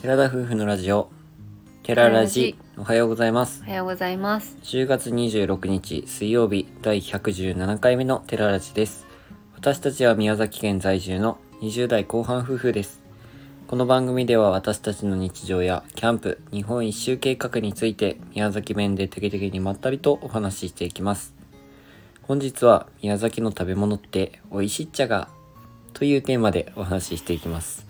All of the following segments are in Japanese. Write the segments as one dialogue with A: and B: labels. A: 寺田夫婦のラジオ寺ラジおはようございます
B: おはようございます。
A: 10月26日水曜日第117回目の寺ラジです私たちは宮崎県在住の20代後半夫婦ですこの番組では私たちの日常やキャンプ日本一周計画について宮崎弁でテキテキにまったりとお話ししていきます本日は宮崎の食べ物って美味しいっちゃがというテーマでお話ししていきます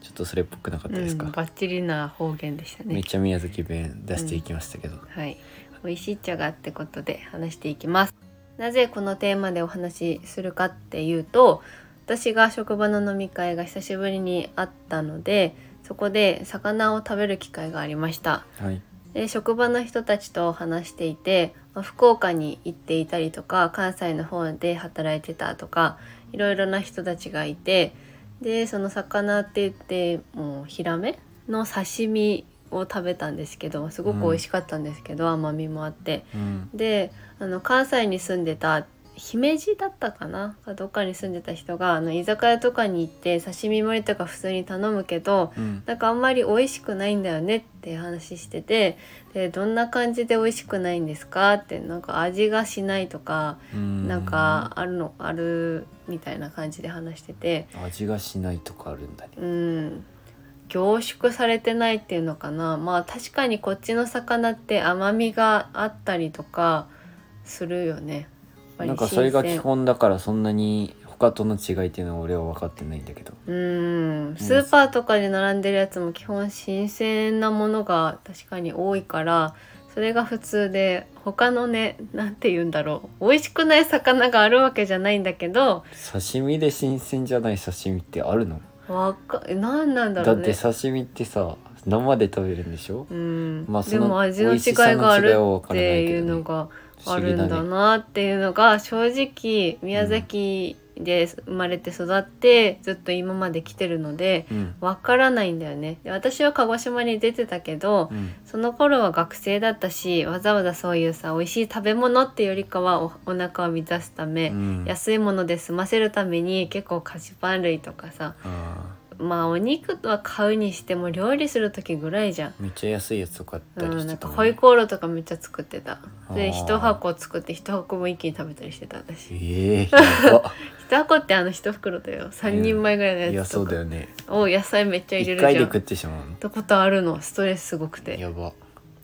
A: ちょっとそれっぽくなかったですか、
B: うん、バッチリな方言でした
A: めっ
B: ね。
A: ちゃ宮崎弁出していきましたけど、
B: はい、美味しい茶がってことで話していきます。なぜこのテーマでお話しするかっていうと、私が職場の飲み会が久しぶりにあったので、そこで魚を食べる機会がありました。
A: はい
B: で職場の人たちと話していて、まあ福岡に行っていたりとか関西の方で働いてたとかいろいろな人たちがいてでその魚って言ってもうヒラメの刺身を食べたんですけどすごく美味しかったんですけど、甘みもあって
A: うん
B: であの関西に住んでた姫路だったかなどっかに住んでた人があの居酒屋とかに行って刺身盛りとか普通に頼むけど
A: うん
B: なんかあんまり美味しくないんだよねって話しててでどんな感じで美味しくないんですかってなんか味がしないとか
A: うん
B: なんかあるのあるみたいな感じで話してて
A: 味がしないとかあるんだね
B: うん凝縮されてないっていうのかなまあ確かにこっちの魚って甘みがあったりとかするよね。やっぱり
A: なんかそれが
B: 新
A: 基
B: 鮮
A: 本だからそんなに他との違いっていうのは俺は分かってないんだけど
B: うんスーパーとかで並んでるやつも基本新鮮なものが確かに多いからそれが普通で他のねなんて言うんだろう美味しくない魚があるわけじゃないんだけど
A: 刺身で新鮮じゃない刺身ってあるの
B: わか何なんだ
A: だ,、
B: ろう
A: って
B: ね。
A: 刺身ってさ生で食べるんでしょ
B: うん
A: まあそ
B: で
A: の
B: も味の
A: 美
B: 違いがあ
A: 味し
B: る
A: さの違いはわ
B: っ
A: からない
B: て
A: けどね
B: いうのが
A: 不
B: あ
A: 思
B: る
A: 議
B: ん
A: だ
B: だ
A: ね
B: なっていうのが正直宮崎で生まれて育ってずっと今まで来てるので
A: うん
B: わからないんだよね。で私は鹿児島に出てたけど、
A: うん
B: その頃は学生だったしわざわざそういうさ美味しい食べ物ってよりかはおお腹を満たすため、
A: うん
B: 安いもので済ませるために結構菓子パン類とかさ
A: あ
B: まあお肉は買うにしても料理する時ぐらいじゃん。
A: ーめっちゃ安いやつとかあったり
B: うん、
A: し
B: なん
A: て
B: か
A: た
B: ホイコーローとかめっちゃ作ってたで
A: あー
B: 一箱作って一箱も一気に食べたりしてた私
A: ええやば
B: 一箱ってあの一袋だよ3人前ぐらいの
A: いや
B: やつ
A: そう
B: と
A: だ
B: か
A: よね
B: を野菜めっちゃ入
A: 一
B: れるじゃん
A: 回で食ってしまうの
B: ってことあるのストレスすごくて
A: やば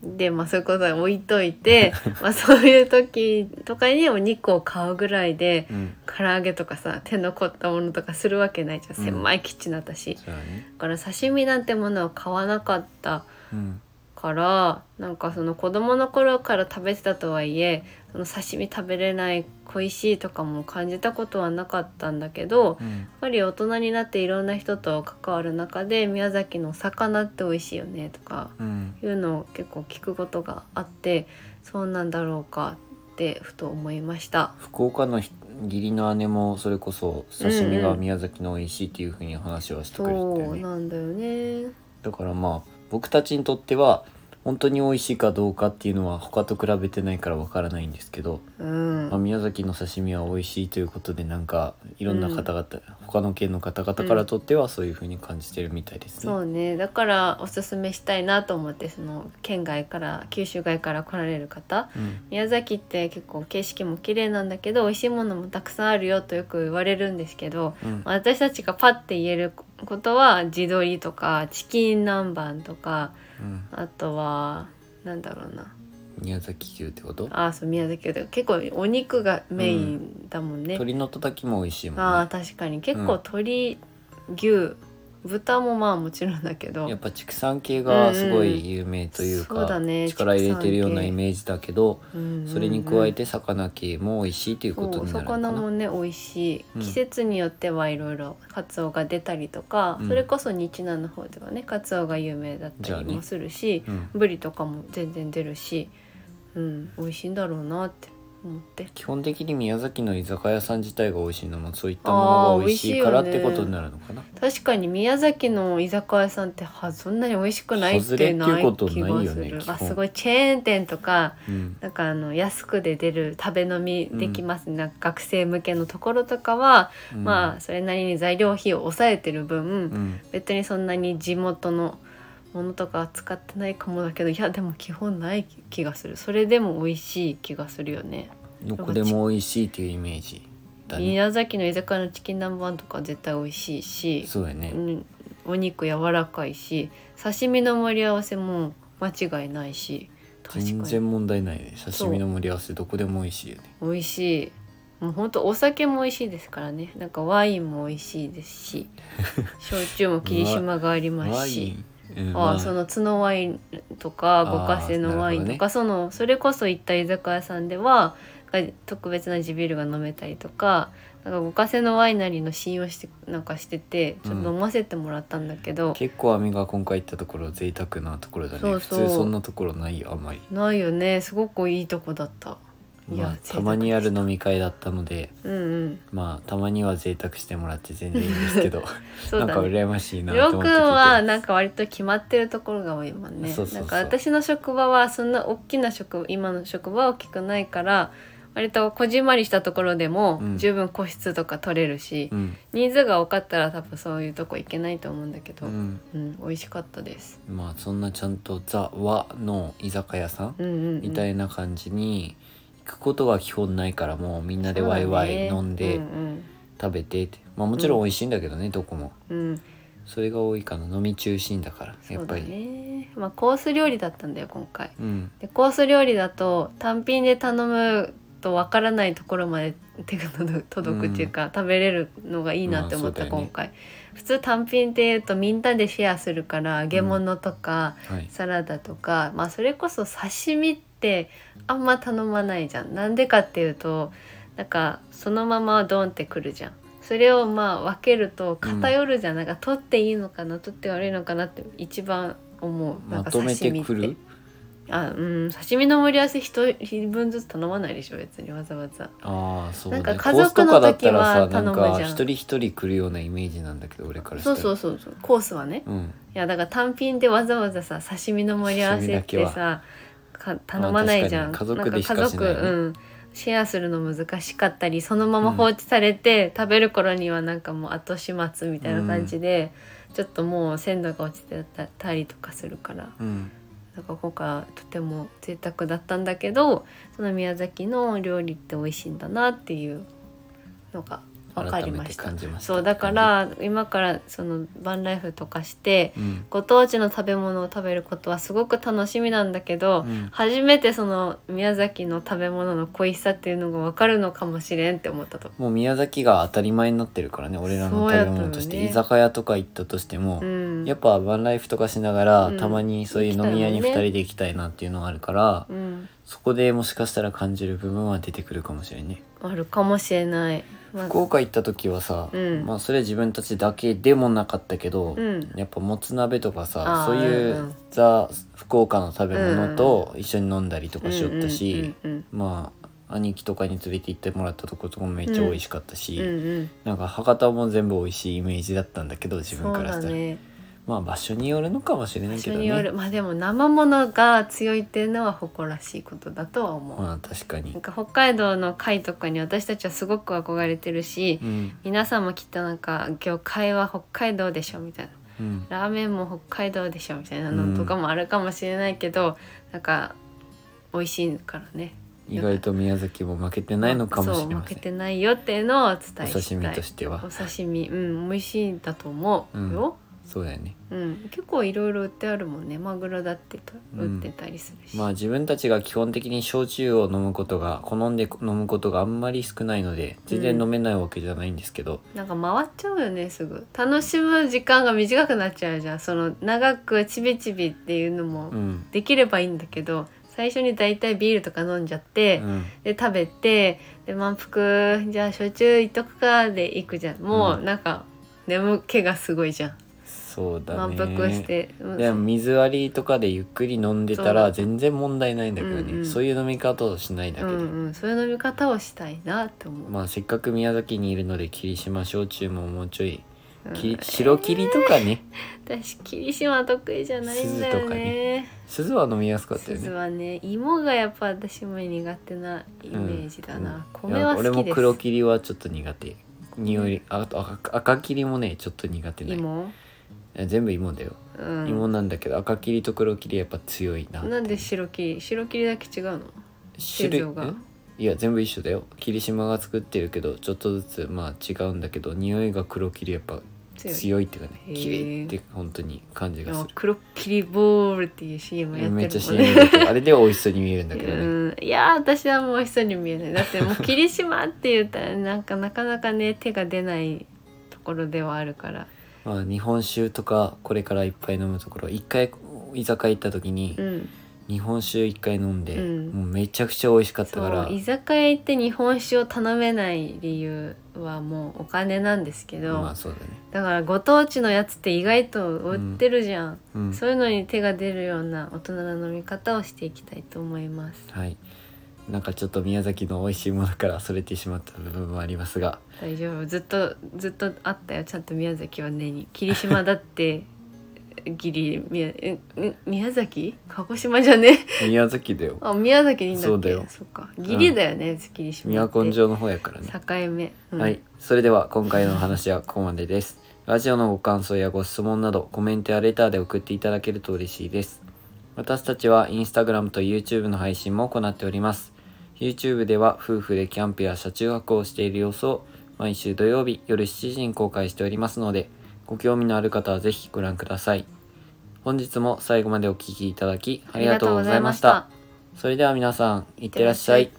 B: でまあそういうことは置いといてまあそういう時とかにお肉を買うぐらいで
A: うん
B: 唐揚げとかさ手の凝ったものとかするわけないじゃん
A: うん
B: 狭いキッチンだったし、
A: そうだね
B: だから刺身なんてものを買わなかった
A: うん
B: からなんかその子供の頃から食べてたとはいえその刺身食べれない恋しいとかも感じたことはなかったんだけどやっ
A: うん
B: ぱり大人になっていろんな人と関わる中で宮崎の魚って美味しいよねとか
A: うん
B: いうのを結構聞くことがあってそうなんだろうかってふと思いました。
A: 福岡のひ義理の姉もそれこそ刺身が宮崎の美味しいっていうふうに話はしてくれてたよね
B: そうなんだよね。
A: だからまあ僕たちにとっては本当に美味しいかどうかっていうのは他と比べてないからわからないんですけど、
B: うん
A: まあ、。宮崎の刺身は美味しいということでなんかいろんな方々、他の県の方々からとってはそういうふうに感じてるみたいですね。
B: そうね。だからおすすめしたいなと思ってその県外から九州外から来られる方、
A: うん
B: 宮崎って結構景色も綺麗なんだけど美味しいものもたくさんあるよとよく言われるんですけど、
A: うん
B: まあ私たちがパッて言えることは地鶏とかチキン南蛮とか
A: うん
B: あとはなんだろうな。
A: 宮崎牛ってこと
B: あーそう宮崎で結構お肉がメインだもんね、
A: 鶏のたたきも美味しいも
B: あ
A: ん
B: あ
A: ね。
B: 確かに結構鶏、牛豚もまあもちろんだけど
A: やっぱ畜産系がすごい有名という
B: うんうんそう
A: か、
B: だね
A: 力入れてるような
B: 畜産系
A: イメージだけど、それに加えて魚系も美味しいという
B: そ
A: こと
B: う
A: になるのか
B: 魚
A: な。
B: もね美味しい
A: うん
B: 季節によってはいろいろカツオが出たりとか、
A: うん
B: それこそ日南の方ではねカツオが有名だったりもするし、
A: うん
B: ブリとかも全然出るし、うん、美味しいんだろうなって思って
A: 基本的に宮崎の居酒屋さん自体が美味しいのもそういったものが美味しいから
B: あ
A: っ
B: ー
A: てことになるのかな。
B: 確かに宮崎の居酒屋さんってはそんなに美味しくないって
A: 外れって
B: ないいう
A: こと
B: 気
A: ないよ
B: が
A: ね
B: する
A: 基本
B: あすごいチェーン店とか
A: うん
B: なんかあの安くで出る食べ飲みできます、なんか学生向けのところとかは、
A: うん
B: まあそれなりに材料費を抑えてる分、
A: うん
B: 別にそんなに地元のものとか使ってないかもだけどいやでも基本ない気がするそれでも美味しい気がするよね
A: どこでも美味しいっていうイメージだね
B: 宮崎の居酒屋のチキン南蛮とか絶対美味しいし
A: そうやね
B: うんお肉柔らかいし刺身の盛り合わせも間違いないし確
A: 全
B: かに
A: 然問題ないね刺身の盛り合わせどこでも美味しいよね
B: 美味しいもうほんとお酒も美味しいですからねなんかワインも美味しいで すし焼酎も霧島があります
A: ワ
B: し
A: イン、うん
B: あ
A: ま
B: あその角ワインとか五ヶ瀬のワインとか、そのそれこそ行った居酒屋さんではが特別な地ビールが飲めたりとかなんか五ヶ瀬のワイナリーの信用してなんかしててちょっと飲ませてもらったんだけど、
A: 結構アミが今回行ったところ贅沢なところだね
B: そうそう
A: 普通そんなところないよあんまり、
B: ないよねすごくいいとこだったいや
A: まあ、
B: 贅
A: た
B: 沢
A: まにある飲み会だったので
B: うんうん
A: まあたまには贅沢してもらって全然いいんですけど、
B: そう
A: なん
B: だ
A: か
B: ね
A: 羨ましいな
B: り
A: と
B: ょう
A: 思っ
B: くん
A: て聞いて
B: はなんか割と決まってるところが多いもんね
A: そうそうそう
B: なんか私の職場はそんな大きな職今の職場は大きくないから割とこじんまりしたところでも
A: うん
B: 十分個室とか取れるし、
A: うん、
B: ニーズが多かったら多分そういうとこ行けないと思うんだけ
A: う
B: ど、うん
A: ん、
B: 美味しかったです。
A: まあそんなちゃんとザ・和の居酒屋さん
B: うんうんうん、
A: みたいな感じに行くことが基本ないからもうみんなでワイワイ飲んで
B: そうだね
A: 食べてって、まあもちろん美味しいんだけどね、どこも
B: うんうんうん
A: それが多いかな飲み中心だからや
B: そ
A: っ
B: う
A: ぱ
B: だ
A: り
B: ねまあコース料理だったんだよ今回
A: うん
B: でコース料理だと単品で頼むとわからないところまで手が届く 届くっていうか、食べれるのがいいなって思った、
A: まあそうだよね
B: 今回普通単品っていうとみんなでシェアするから揚げ物とか、
A: はい
B: サラダとかまあそれこそ刺身ってあんま頼まないじゃんなんでかっていうとなんかそのままドンってくるじゃんそれをまあ分けると偏るじゃん、なんか取っていいのかな取って悪いのかなって一番思うな
A: ま
B: んか
A: とめてく
B: 刺身
A: る
B: ってあうん刺身の盛り合わせ一人分ずつ頼まないでしょ別にわざわざ
A: ああそうね
B: なんか家族
A: コースとか
B: の時は
A: だったらさなん
B: 頼む
A: か
B: じゃん
A: 一人一人来るようなイメージなんだけど俺からした
B: そう
A: ら
B: そううそうそうコースはね
A: そう、うん、
B: いやだから単品でわざわざさ刺身の盛り合わせって
A: 刺身
B: さか頼まないじゃん、
A: まあ確かに家族でしかしないね
B: んか家族うん、シェアするの難しかったりそのまま放置されて、食べる頃にはなんかもう後始末みたいな感じで、ちょっともう鮮度が落ちてたりとかするから
A: うん、
B: だから今回はとても贅沢だったんだけどその宮崎の料理って美味しいんだなっていうのが分かり
A: 改め
B: ま
A: て
B: した
A: 感じました
B: そうだから今からそのバンライフとかして
A: うん、
B: ご当地の食べ物を食べることはすごく楽しみなんだけど、
A: うん
B: 初めてその宮崎の食べ物の恋しさっていうのが分かるのかもしれんって思ったと。
A: もう宮崎が当たり前になってるからね俺らの食べ物として、
B: そうやったよね
A: 居酒屋とか行ったとしても
B: う、ん、
A: やっぱバンライフとかしながら、
B: うん
A: たまにそういう飲み屋に
B: 行き
A: 2
B: たいもんね
A: 人で行きたいなっていうのがあるから、
B: うん、
A: そこでもしかしたら感じる部分は出てくるかもしれないね、
B: あるかもしれない。まあ
A: 福岡行った時はさ、
B: うん
A: まあそれは自分たちだけでもなかったけど、
B: うん
A: やっぱもつ鍋とかさ
B: あー
A: そういう、
B: うんうん
A: ザ福岡の食べ物と一緒に飲んだりとかしよったし、
B: うんうん
A: まあ兄貴とかに連れて行ってもらったとことかもめっちゃ美味しかったし、
B: うんうん、
A: なんか博多も全部美味しいイメージだったんだけど自
B: そ
A: 分
B: う
A: からし
B: だ
A: たら、
B: ね。
A: まあ場所によるのかもしれな
B: 場
A: いけ
B: 所
A: ど
B: によ
A: ね
B: る、まあでも生ものが強いっていうのは誇らしいことだとは思う。
A: まあ確か
B: なん
A: に、
B: か北海道の貝とかに私たちはすごく憧れてるし、
A: うん
B: 皆さんもきっとなんか魚介は北海道でしょみたいな。
A: うん、
B: ラーメンも北海道でしょみたいなのとかもあるかもしれないけど、なんか美味しいからね
A: 意外と宮崎も負けてないのかもしれ
B: そう
A: ま
B: 負
A: せ
B: け
A: ん
B: てないよっていうのをお伝え
A: お
B: した
A: 刺
B: い
A: 身としては
B: お刺身うん美味しいんだと思うよ、
A: そうだよね
B: うん結構いろいろ売ってあるもんねマグロだってと売ってたりするし、
A: まあ自分たちが基本的に焼酎を飲むことが好んで飲むことがあんまり少ないので全然飲めないわけじゃないんですけど、
B: なんか回っちゃうよねすぐ楽しむ時間が短くなっちゃうじゃんその長くちびちびっていうのも
A: うん
B: できればいいんだけど最初に大体ビールとか飲んじゃって、
A: うん
B: で食べてで満腹じゃあ焼酎いっとくかで行くじゃんも
A: う
B: うんなんか眠気がすごいじゃん、
A: そうだ
B: 満
A: ね
B: 腹して、うん
A: でも水割りとかでゆっくり飲んでた
B: そ
A: ら
B: う
A: 全然問題ないんだけどね、
B: うんうん
A: そういう飲み方をしないだけ
B: う
A: で、
B: んうんそういう飲み方をしたいなって思う、
A: まあせっかく宮崎にいるので霧島焼酎ももうちょい、
B: うん
A: き白霧とかね
B: 私霧島得意じゃないんだよね
A: 鈴は飲みやすかったよ
B: 鈴
A: ね
B: はね芋がやっぱ私も苦手なイメージだな、
A: うん
B: 米は好
A: いや俺
B: き
A: も
B: です
A: 黒霧はちょっと苦手匂いあと赤赤霧もねちょっと苦手ない
B: 芋
A: え全部芋だよ、
B: うん
A: 芋なんだけど赤切りと黒切りやっぱ強いな
B: なんで白切り白切りだけ違うの
A: 種
B: 製
A: 類
B: 造が
A: えいや全部一緒だよ霧島が作ってるけどちょっとずつまあ違うんだけど匂いが黒霧やっぱ
B: 強い
A: 強いっていうかね
B: へー
A: 綺麗って本当に感じがす
B: あ黒切りボールっていう CM や
A: る
B: ってるもんね
A: めっちゃ CM だけどあれでは美味しそうに見えるんだけどね
B: うん、いやー私はもう美味しそうに見えないだってもう霧島って言ったらなんかなかなかね手が出ないところではあるから
A: まあ日本酒とかこれからいっぱい飲むところ一回居酒屋行った時に
B: うん
A: 日本酒一回飲んで
B: うん
A: もうめちゃくちゃ美味しかった
B: そ
A: から
B: う居酒屋行って日本酒を頼めない理由はもうお金なんですけど、
A: まあそうだね
B: だからご当地のやつって意外と売ってるじゃん、
A: うん
B: そういうのに手が出るような大人の飲み方をしていきたいと思います
A: はいなんかちょっと宮崎の美味しいものからそれてしまった部分もありますが
B: 大丈夫ずっとずっとあったよちゃんと宮崎は根に霧島だって ギリ宮えん宮崎鹿児島じゃね
A: 宮崎だよ
B: あ宮崎にいいんだっけ
A: そうだよ
B: っかギリだよね、霧島って
A: 都城の方やからね
B: 境目、うん
A: はい。それでは今回のお話はここまでです。ラジオのご感想やご質問などコメントやレターで送っていただけると嬉しいです。私たちはインスタグラムと YouTube の配信も行っております。YouTube では夫婦でキャンプや車中泊をしている様子を毎週土曜日夜7時に公開しておりますので、ご興味のある方はぜひご覧ください。本日も最後までお聴きいただきありがとうございました。それでは皆さん、いってらっしゃい。